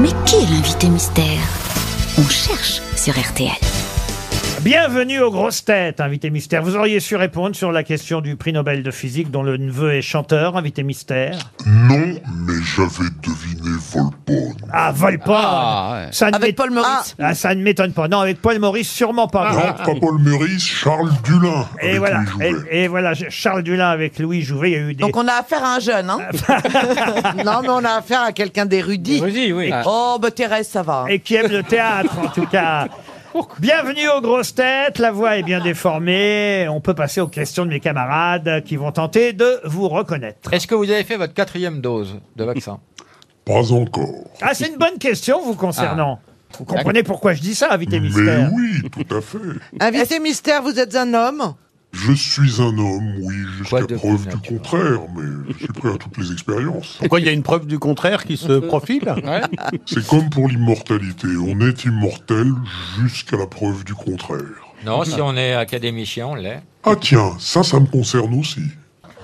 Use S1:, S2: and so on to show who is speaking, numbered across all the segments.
S1: Mais qui est l'invité mystère On cherche sur RTL.
S2: Bienvenue aux grosses têtes, invité mystère. Vous auriez su répondre sur la question du prix Nobel de physique dont le neveu est chanteur, invité mystère.
S3: Non, mais j'avais deviné Volpone.
S2: Ah, Volpone
S4: Ah, ouais.
S2: Ça ne m'ét-
S5: Avec Paul Maurice.
S2: Ah, ça ne m'étonne pas. Non, avec Paul Maurice, sûrement pas.
S3: Non, pas Paul Meurice, Charles Dulin.
S2: Ah. Et
S3: Ah, avec
S2: voilà,
S3: les jouets.
S2: et, et voilà, je- Charles Dulin avec Louis Jouvet, il y a eu des...
S5: Donc on a affaire à un jeune, hein Non, mais on a affaire à quelqu'un d'érudit.
S4: oui.
S6: Ah.
S5: Oh, bah Thérèse, ça va.
S2: et qui aime le théâtre, en tout cas. Bienvenue aux grosses têtes, la voix est bien déformée, on peut passer aux questions de mes camarades qui vont tenter de vous reconnaître.
S4: Est-ce que vous avez fait votre quatrième dose de vaccin
S3: Pas encore.
S2: Ah, c'est une bonne question vous concernant. Vous comprenez pourquoi je dis ça, invité
S3: Mais
S2: mystère
S3: oui, tout à fait.
S5: Invité mystère, vous êtes un homme
S3: Je suis un homme, oui,
S4: Quoi de
S3: jusqu'à preuve
S4: plus
S3: du
S4: naturel.
S3: contraire, mais je suis prêt à toutes les expériences.
S7: Quoi, il y a une preuve du contraire qui se profile
S3: C'est comme pour l'immortalité, on est immortel jusqu'à la preuve du contraire.
S4: Non, si on est académicien, on l'est.
S3: Ah tiens, ça, ça me concerne aussi.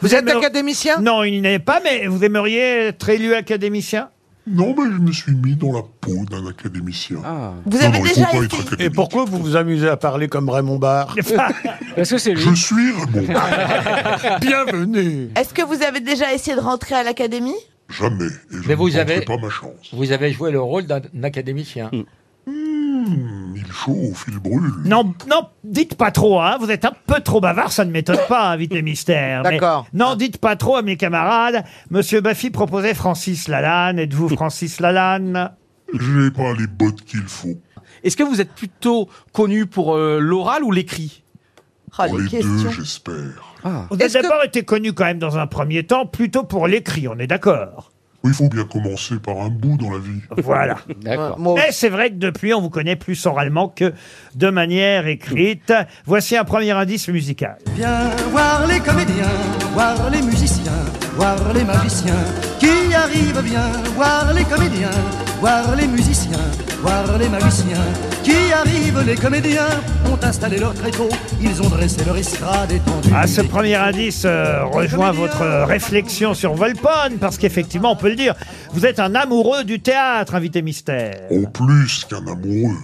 S5: Vous êtes
S2: aimeriez-
S5: académicien
S2: Non, il n'est pas, mais vous aimeriez être élu académicien
S3: Non, mais je me suis mis dans la peau d'un académicien.
S4: Ah.
S5: Vous
S3: non,
S5: avez
S3: non, il faut
S5: déjà
S3: pas
S5: été
S3: être académique.
S7: Et pourquoi vous vous amusez à parler comme Raymond Barre
S8: Eh
S3: Je suis Raymond.
S7: Bienvenue
S5: Est-ce que vous avez déjà essayé de rentrer à l'académie
S3: Jamais. Et je
S4: Mais
S3: ne
S4: vous
S3: tenterai
S4: avez-
S3: pas ma chance.
S4: Vous avez joué le rôle d'un d'un académicien.
S9: Mm.
S3: Hmm, Il chauffe, il brûle.
S2: Non, non, dites pas trop, hein. Vous êtes un peu trop bavard, ça ne m'étonne pas, hein, invité mystère. mais
S5: D'accord.
S2: Non, dites pas trop à mes camarades. Monsieur Baffy proposait Francis Lalanne. Êtes-vous Francis Lalanne
S3: J'ai pas les bottes qu'il faut.
S9: Est-ce que vous êtes plutôt connu pour euh, l'oral ou l'écrit
S5: Oh,
S3: Pour
S5: les
S3: les deux,
S5: questions.
S3: j'espère.
S2: Vous avez
S5: Est-ce que-
S2: d'abord été connu quand même dans un premier temps, plutôt pour l'écrit, on est d'accord.
S3: Oui, il faut bien commencer par un bout dans la vie.
S2: Voilà.
S4: D'accord.
S5: Moi
S2: Mais c'est vrai que depuis, on vous connaît plus oralement que de manière écrite. Voici un premier indice musical.
S8: Viens voir les comédiens, voir les musiciens, voir les magiciens qui arrivent. Viens voir les comédiens, voir les musiciens, voir les magiciens qui arrivent. Les comédiens ont installé leur tréteau, ils ont dressé leur estrade étendue.
S2: Ah, ce premier indice euh, rejoint votre euh, réflexion sur Volpone, parce qu'effectivement, on peut le dire, vous êtes un amoureux du théâtre, invité mystère.
S3: En plus qu'un amoureux.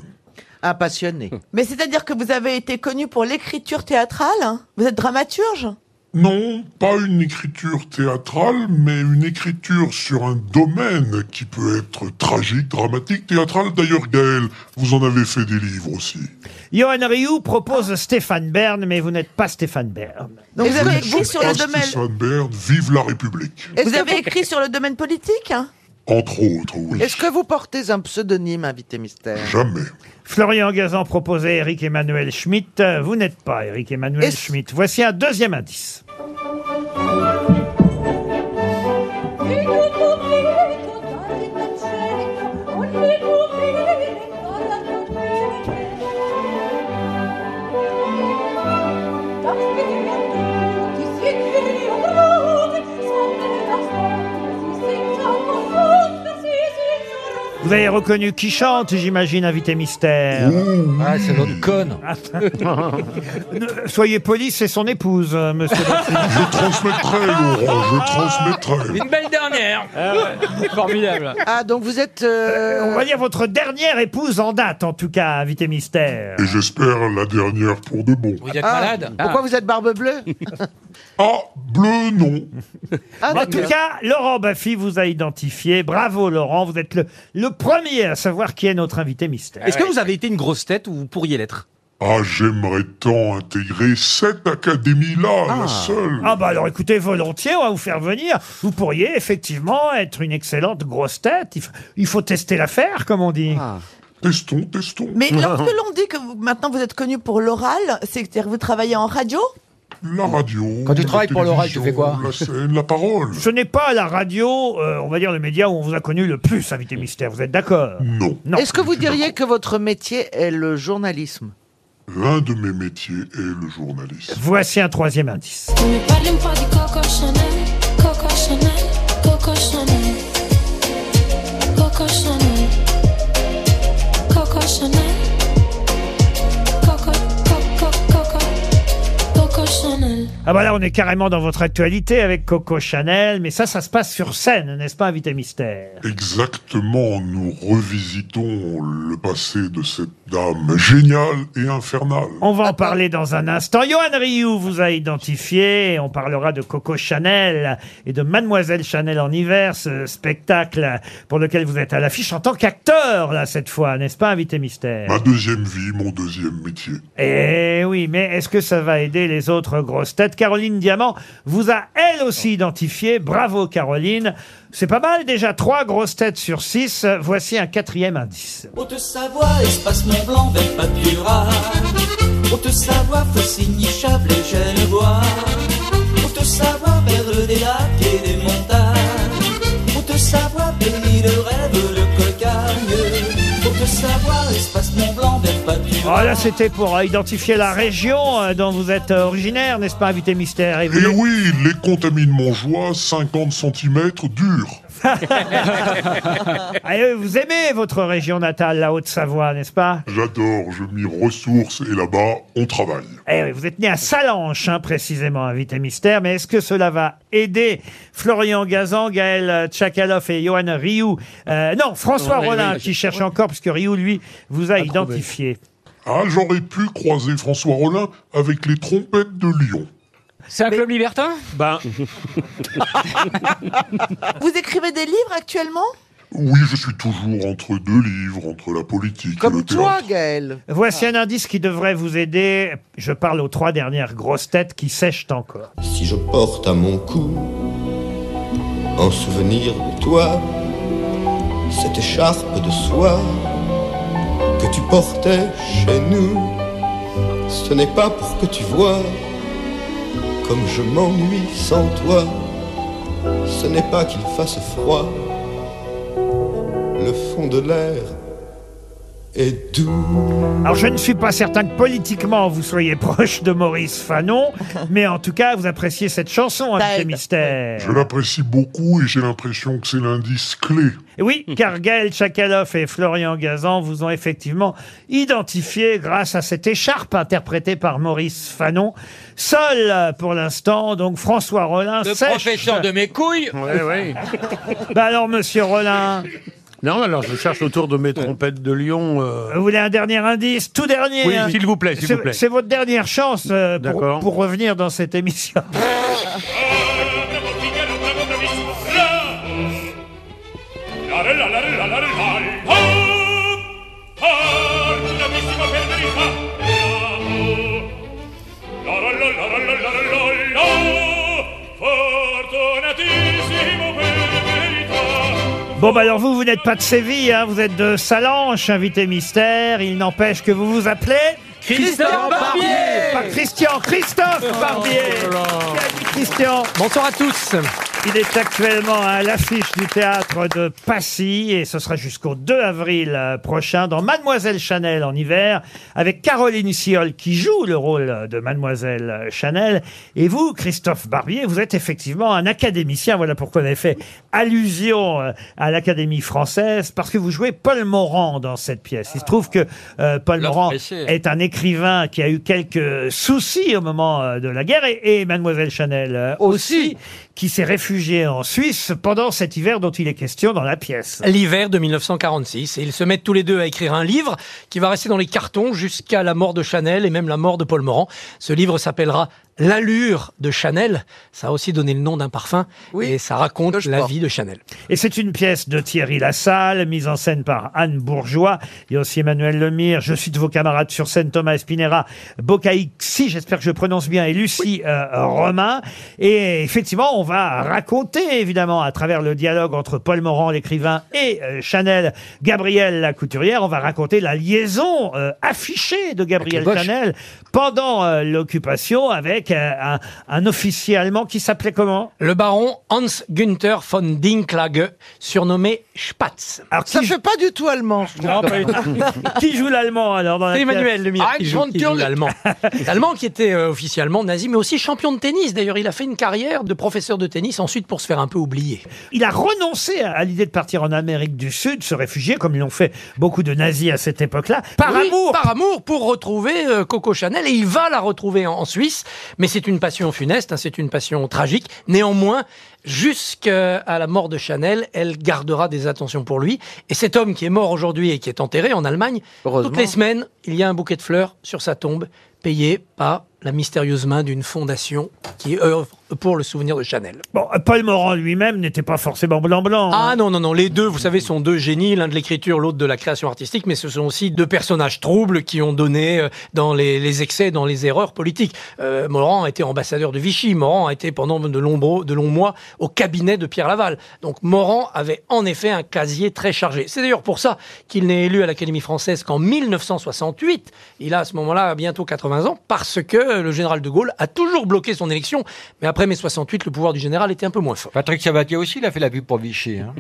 S6: Ah,
S5: Un passionné. Mais c'est-à-dire que vous avez été connu pour l'écriture théâtrale hein Vous êtes dramaturge
S3: Non, pas une écriture théâtrale, mais une écriture sur un domaine qui peut être tragique, dramatique, théâtral. D'ailleurs, Gaël, vous en avez fait des livres aussi.
S2: Johan Rioux propose Stéphane Bern, mais vous n'êtes pas Stéphane Bern.
S5: Donc vous avez
S3: Je ne
S5: écrit
S3: suis
S5: sur le
S3: pas
S5: domaine...
S3: Stéphane Bern, vive la République.
S5: Vous avez écrit sur le domaine politique hein
S3: Entre autres, oui.
S6: Est-ce que vous portez un pseudonyme, invité mystère
S3: Jamais.
S2: Florian Gazan proposait Eric Emmanuel Schmitt. Euh, Vous n'êtes pas Eric Emmanuel
S5: Est-ce-
S2: Schmitt. Voici un deuxième indice. Vous avez reconnu qui chante, j'imagine, invité mystère.
S4: Ah, c'est l'autre conne.
S2: Ne- Euh, Soyez poli, c'est son épouse, euh, monsieur.
S3: Je transmettrai, Laurent, je transmettrai.
S4: Une belle dernière.
S9: Ah Formidable.
S6: Ah, donc vous êtes... euh,
S2: On va dire votre dernière épouse en date, en tout cas, invité mystère.
S3: Et j'espère la dernière pour de bon.
S4: Vous êtes
S6: ah,
S4: malade
S6: Pourquoi vous êtes barbe bleue
S3: Ah, bleu, non.
S6: Ah,
S2: En
S6: d'accord.
S2: tout cas, Laurent Baffy vous a identifié. Bravo, Laurent. Vous êtes le, le premier à savoir qui est notre invité
S4: Ah,
S2: mystère.
S6: Ah
S9: Est-ce que vous avez été une grosse tête ou vous pourriez l'être
S3: Ah, j'aimerais tant intégrer cette académie-là, la seule.
S2: Ah bah alors écoutez, volontiers, on va vous faire venir. Vous pourriez effectivement être une excellente grosse tête. Il, f- il faut tester l'affaire, comme on dit.
S6: Ah.
S3: Testons, testons.
S5: Mais lorsque l'on dit que vous- maintenant vous êtes connu pour l'oral, c'est-à-dire que vous travaillez en radio
S3: La radio.
S4: Quand tu
S3: la
S4: travailles pour l'oral, tu
S3: télévision,
S4: fais quoi
S3: La scène, la parole.
S2: Ce n'est pas à la radio, euh, on va dire le média où on vous a connu le plus, invité mystère. Vous êtes d'accord
S3: Non.
S2: Non.
S6: Est-ce que vous diriez que votre métier est le journalisme
S3: L'un de mes métiers est le journaliste.
S2: Voici un troisième indice.
S10: Ne parlez pas de Coco Chanel, Coco Chanel, Coco Chanel, Coco Chanel, Coco Chanel, Coco, Coco, Coco, Coco Chanel.
S2: Ah bah là, on est carrément dans votre actualité avec Coco Chanel, mais ça, ça se passe sur scène, n'est-ce pas, Invité Mystère
S3: Exactement, nous revisitons le passé de cette dame géniale et infernale.
S2: On va en parler dans un instant. Johan Rioux vous a identifié. On parlera de Coco Chanel et de Mademoiselle Chanel en hiver, ce spectacle pour lequel vous êtes à l'affiche en tant qu'acteur, là, cette fois, n'est-ce pas, Invité Mystère
S3: Ma deuxième vie, mon deuxième métier.
S2: Eh oui, mais est-ce que ça va aider les autres grosses têtes Caroline Diamant vous a elle aussi identifié. Bravo Caroline. C'est pas mal déjà, trois grosses têtes sur six. Voici un quatrième indice.
S11: Haute-Savoie, espace Mont Blanc, vers Papura. Haute-Savoie, Faucigny, Chablais, Genevois. Haute-Savoie, vers des lacs et des montagnes. Haute-Savoie, pays de rêve, de cocagne. Haute-Savoie, espace Mont Blanc, vers Papura.
S2: Voilà, c'était pour euh, identifier la région euh, dont vous êtes euh, originaire, n'est-ce pas, invité mystère Et vous-
S3: Et Eh oui, les contamines Montjoie, 50 cm dur.
S2: Ah, euh, vous aimez votre région natale, la Haute-Savoie, n'est-ce pas
S3: J'adore, je m'y ressource et là-bas, on travaille.
S2: Eh oui, vous êtes né à Salanches, hein, précisément, invité mystère. Mais est-ce que cela va aider Florian Gazan, Gaël euh, Tchakaloff et Johan Rioux Euh, Non, François
S3: Oui, oui,
S2: Rollin,
S3: oui.
S2: qui cherche encore, puisque Rioux, lui, vous a identifié.
S3: Ah, j'aurais pu croiser François Rollin avec les trompettes de Lyon.
S12: C'est un club libertin
S3: Ben.
S5: Vous écrivez des livres actuellement
S3: oui, je suis toujours entre deux livres, entre la politique et le théâtre.
S2: Gaël. Voici un indice qui devrait vous aider. Je parle aux trois dernières grosses têtes qui sèchent encore.
S13: Si je porte à mon cou, en souvenir de toi, cette écharpe de soie que tu portais chez nous, ce n'est pas pour que tu vois comme je m'ennuie sans toi. Ce n'est pas qu'il fasse froid, le fond de l'air est doux.
S2: Alors, je ne suis pas certain que politiquement vous soyez proche de Maurice Fanon, mais en tout cas, vous appréciez cette chanson, Invité Mystère.
S3: Je l'apprécie beaucoup et j'ai l'impression que c'est l'indice clé.
S2: Et Oui, car Gaël Tchakaloff et Florian Gazan vous ont effectivement identifié grâce à cette écharpe interprétée par Maurice Fanon. Seul, euh, pour l'instant, donc François Rollin
S4: Le
S2: sèche.
S4: professeur de mes couilles
S7: Ouais, ouais.
S2: Bah alors, monsieur Rollin,
S7: Non, alors je cherche autour de mes trompettes de Lyon. euh,
S2: vous voulez un dernier indice Tout dernier
S7: Oui,
S8: euh,
S2: hein.
S7: s'il vous plaît, s'il
S2: C'est-
S7: vous plaît.
S2: C'est votre dernière chance euh, pour,
S7: D'accord.
S2: pour revenir dans cette émission. Bon, bah alors vous, vous n'êtes pas de Séville, hein, vous êtes de Salanches, invité mystère. Il n'empêche que vous vous appelez...
S12: Christian Barbier
S2: Pas Christian, Christophe Barbier Bienvenue, Christian Bonsoir à tous il est actuellement à l'affiche du théâtre de Passy et ce sera jusqu'au 2 avril euh, prochain dans Mademoiselle Chanel en hiver avec Caroline Siol qui joue le rôle de Mademoiselle Chanel et vous, Christophe Barbier, vous êtes effectivement un académicien. Voilà pourquoi on avait fait allusion euh, à l'Académie française parce que vous jouez Paul Morand dans cette pièce. Il se trouve que euh, Paul Morand
S4: pressé.
S2: est un écrivain qui a eu quelques soucis au moment euh, de la guerre et, et Mademoiselle Chanel euh, aussi, qui s'est réfugiée en Suisse pendant cet hiver dont il est question dans la pièce.
S12: L'hiver de 1946. Et ils se mettent tous les deux à écrire un livre qui va rester dans les cartons jusqu'à la mort de Chanel et même la mort de Paul Morand. Ce livre s'appellera L'allure de Chanel. Ça a aussi donné le nom d'un parfum. Et ça raconte la vie de Chanel.
S2: Et c'est une pièce de Thierry Lassalle, mise en scène par Anne Bourgeois. Il y a aussi Emmanuel Lemire, je suis de vos camarades sur scène, Thomas Espinera, Bocaïxi, j'espère que je prononce bien, et Lucie euh, Romain. Et effectivement, on va raconter, évidemment, à travers le dialogue entre Paul Morand, l'écrivain, et euh, Chanel, Gabrielle la couturière, on va raconter la liaison euh, affichée de Gabrielle
S12: Avec les
S2: Chanel pendant euh, l'occupation avec euh, un, un officier allemand qui s'appelait comment
S12: Le baron Hans Günther von Dinklage, surnommé Spatz.
S2: Alors, ça fait
S12: pas du tout allemand.
S2: Non, pas du tout. Ah, bah, Qui joue l'allemand alors dans la
S12: C'est Emmanuel
S2: pièce
S12: Lemire
S2: Ah,
S12: qui joue, qui joue
S2: Grundtürl.
S12: l'allemand. L'allemand qui était euh, officiellement nazi, mais aussi champion de tennis. D'ailleurs, il a fait une carrière de professeur de tennis ensuite pour se faire un peu oublier.
S2: Il a renoncé à à l'idée de partir en Amérique du Sud, se réfugier, comme l'ont fait beaucoup de nazis à cette époque-là. Par
S12: Oui,
S2: amour
S12: Par amour pour retrouver euh, Coco Chanel. Et il va la retrouver en, en Suisse. Mais c'est une passion funeste, hein, c'est une passion tragique. Néanmoins, jusqu'à la mort de Chanel, elle gardera des attentions pour lui. Et cet homme qui est mort aujourd'hui et qui est enterré en Allemagne, toutes les semaines, il y a un bouquet de fleurs sur sa tombe, payé par la mystérieuse main d'une fondation qui œuvre pour le souvenir de Chanel.
S2: Bon, euh, Paul Morand lui-même n'était pas forcément blanc-blanc. hein.
S12: Ah non, non, non, les deux, vous savez, sont deux génies, l'un de l'écriture, l'autre de la création artistique, mais ce sont aussi deux personnages troubles qui ont donné euh, dans les, les excès, dans les erreurs politiques. Euh, Morand a été ambassadeur de Vichy, Morand a été pendant de longs, bro- de longs mois au cabinet de Pierre Laval. Donc Morand avait en effet un casier très chargé. C'est d'ailleurs pour ça qu'il n'est élu à l'Académie française qu'en 1968. Il a à ce moment-là bientôt 80 ans, parce que le général de Gaulle a toujours bloqué son élection, mais après mai 68, le pouvoir du général était un peu moins fort.
S4: Patrick Sabatier aussi, il a fait la pub pour Vichy. hein.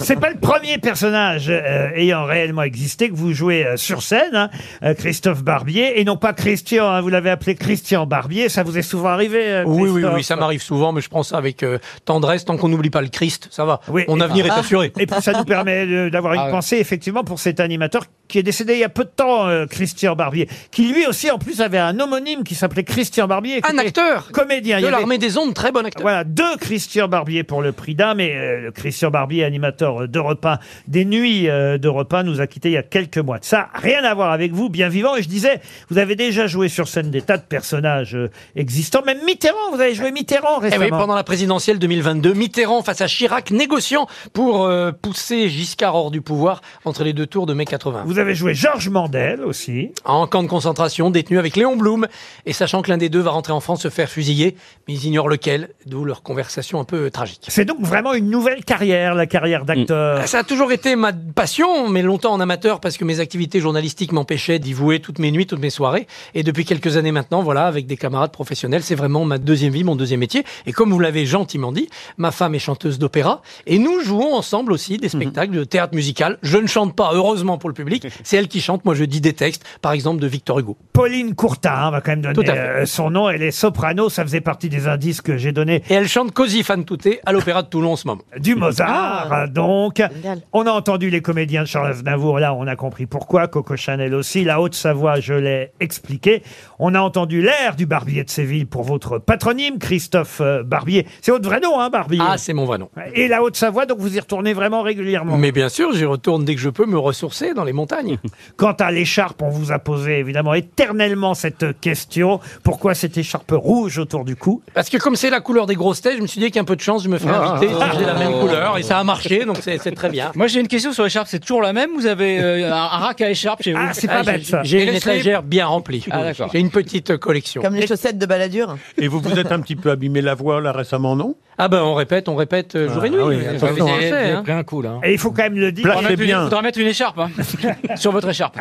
S2: C'est pas le premier personnage euh, ayant réellement existé que vous jouez euh, sur scène, hein, euh, Christophe Barbier, et non pas Christian. hein, vous l'avez appelé Christian Barbier, ça vous est souvent arrivé. euh,
S12: Oui, oui,
S2: Christophe
S12: oui, ça m'arrive souvent, mais je prends ça avec euh, tendresse, tant qu'on n'oublie pas le Christ, ça va. Mon avenir est
S2: Ah.
S12: assuré.
S2: Et puis ça nous permet de- d'avoir une
S12: Ah ouais.
S2: pensée effectivement pour cet animateur qui est décédé il y a peu de temps, euh, Christian Barbier, qui lui aussi en plus avait un homonyme qui s'appelait Christian Barbier. Un
S12: acteur
S2: Comédien.
S12: de l'Armée des Ondes, très bon acteur.
S2: Voilà, deux Christian Barbier pour le prix d'un, mais euh, le Christian Barbier, animateur euh, d'Europe 1, des nuits euh, d'Europe 1, nous a quittés il y a quelques mois. Ça, rien à voir avec vous, bien vivant. Et je disais, vous avez déjà joué sur scène des tas de personnages euh, existants, même Mitterrand, vous avez joué Mitterrand
S12: Eh
S2: récemment.
S12: oui, pendant la présidentielle 2022, Mitterrand face à Chirac, négociant pour euh, pousser Giscard hors du pouvoir entre les deux tours de mai 80.
S2: Vous avez joué Georges Mandel aussi.
S12: En camp de concentration, détenu avec Léon Blum, et sachant que l'un des deux va rentrer en France se faire fusiller, mais ils ignorent lequel, d'où leur conversation un peu euh, tragique.
S2: C'est donc vraiment une nouvelle carrière, la carrière
S12: Mm.
S2: d'acteur.
S12: Ah, Ça a toujours été ma passion, mais longtemps en amateur parce que mes activités journalistiques m'empêchaient d'y vouer toutes mes nuits, toutes mes soirées. Et depuis quelques années maintenant, voilà, avec des camarades professionnels, c'est vraiment ma deuxième vie, mon deuxième métier. Et comme vous l'avez gentiment dit, ma femme est chanteuse d'opéra et nous jouons ensemble aussi des spectacles de théâtre musical. Je ne chante pas, heureusement pour le public. C'est elle qui chante, moi je dis des textes, par exemple de Victor Hugo.
S2: Pauline Courtin, hein, on va quand même donner
S12: Tout à fait.
S2: euh, son nom. Elle est soprano, ça faisait partie des indices que j'ai donnés.
S12: Et elle chante Così fan tutte à l'opéra de Toulon en ce moment.
S2: Du Mozart, hein, donc. On a entendu les comédiens de Charles Aznavour, là, on a compris pourquoi. Coco Chanel aussi. La Haute-Savoie, je l'ai expliqué. On a entendu l'air du Barbier de Séville pour votre patronyme, Christophe euh, Barbier. C'est votre vrai nom, hein, Barbier
S12: Ah, c'est mon vrai nom.
S2: Et la Haute-Savoie, donc vous y retournez vraiment régulièrement.
S12: Mais bien sûr, j'y retourne dès que je peux me ressourcer dans les montagnes.
S2: Quant à l'écharpe, on vous a posé évidemment éternellement cette question. Pourquoi cette écharpe rouge autour du cou
S12: Parce que comme c'est la couleur des grosses têtes, je me suis dit qu'un peu de chance, je me ferais
S2: Ah.
S12: inviter si j'ai la
S2: Oh.
S12: même couleur. Et ça a marché, donc c'est c'est très bien.
S14: Moi j'ai une question sur l'écharpe, c'est toujours la même Vous avez euh, un un rack à écharpe chez vous
S12: Eh
S2: Ah,
S12: Ah, j'ai- J'ai une étagère bien remplie.
S14: Ah, d'accord.
S12: j'ai une petite euh, collection.
S5: Comme les chaussettes de baladure.
S7: Et vous vous êtes un petit peu abîmé la voix là récemment, non
S12: Ah ben on répète, on répète euh, jour et nuit.
S7: oui,
S12: Vous
S7: attention,
S12: avez- vous
S7: hein.
S12: avez
S7: Vous avez
S12: hein.
S7: pris
S4: un coup là.
S2: Et il faut quand même le dire.
S14: Faudra mettre une- Faudra mettre une écharpe hein, sur votre écharpe.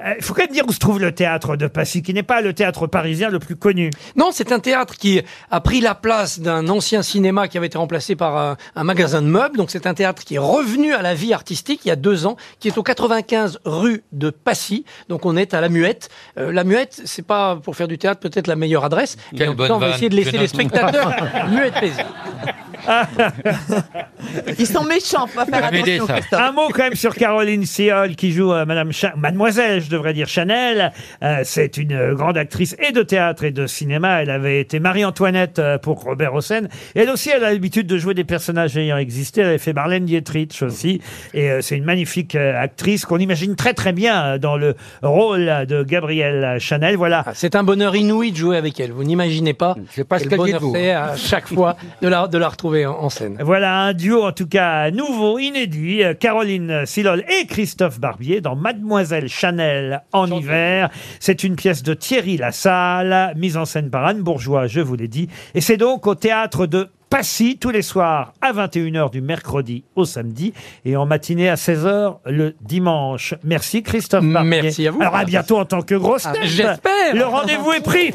S2: Euh, Il faut quand même dire où se trouve le théâtre de Passy, qui n'est pas le théâtre parisien le plus connu.
S12: Non, c'est un théâtre qui a pris la place d'un ancien cinéma qui avait été remplacé par un, un magasin de meubles. Donc c'est un théâtre qui est revenu à la vie artistique il y a deux ans, qui est au 95 rue de Passy. Donc on est à la Muette. Euh, la Muette, c'est pas pour faire du théâtre peut-être la meilleure adresse.
S4: Quelle
S12: Mais en tout
S4: bonne
S12: cas, on va
S4: vanne.
S12: essayer de
S4: Je
S12: laisser les
S4: note.
S12: spectateurs muets de plaisir.
S5: Ils sont méchants, faut pas faire attention, Christophe.
S2: Un mot quand même sur Caroline Siol qui joue euh, Madame Cha- Mademoiselle, je devrais dire Chanel. Euh, c'est une euh, grande actrice et de théâtre et de cinéma. Elle avait été Marie-Antoinette euh, pour Robert Hossein. Et elle aussi, elle a l'habitude de jouer des personnages ayant existé. Elle avait fait Marlène Dietrich aussi. Et euh, c'est une magnifique euh, actrice qu'on imagine très très bien euh, dans le rôle euh, de Gabrielle Chanel. Voilà.
S12: Ah, C'est un bonheur inouï de jouer avec elle. Vous n'imaginez pas. C'est pas
S2: ce
S12: quel
S2: qu'elle dit de
S12: bonheur
S2: vous. hein.
S12: c'est à chaque fois de la, de la retrouver en, en scène.
S2: Voilà un duo en tout cas nouveau, inédit. Euh, Caroline Silol et Christophe Barbier dans Mademoiselle Chanel en hiver. C'est une pièce de Thierry Lassalle, mise en scène par Anne Bourgeois, je vous l'ai dit. Et c'est donc au théâtre de Passy tous les soirs à 21h du mercredi au samedi et en matinée à 16h le dimanche. Merci Christophe Barbier.
S12: Merci à vous.
S2: Alors à bientôt en tant que grosse
S12: Ah,
S2: tête.
S12: j'espère.
S2: Le rendez-vous est pris.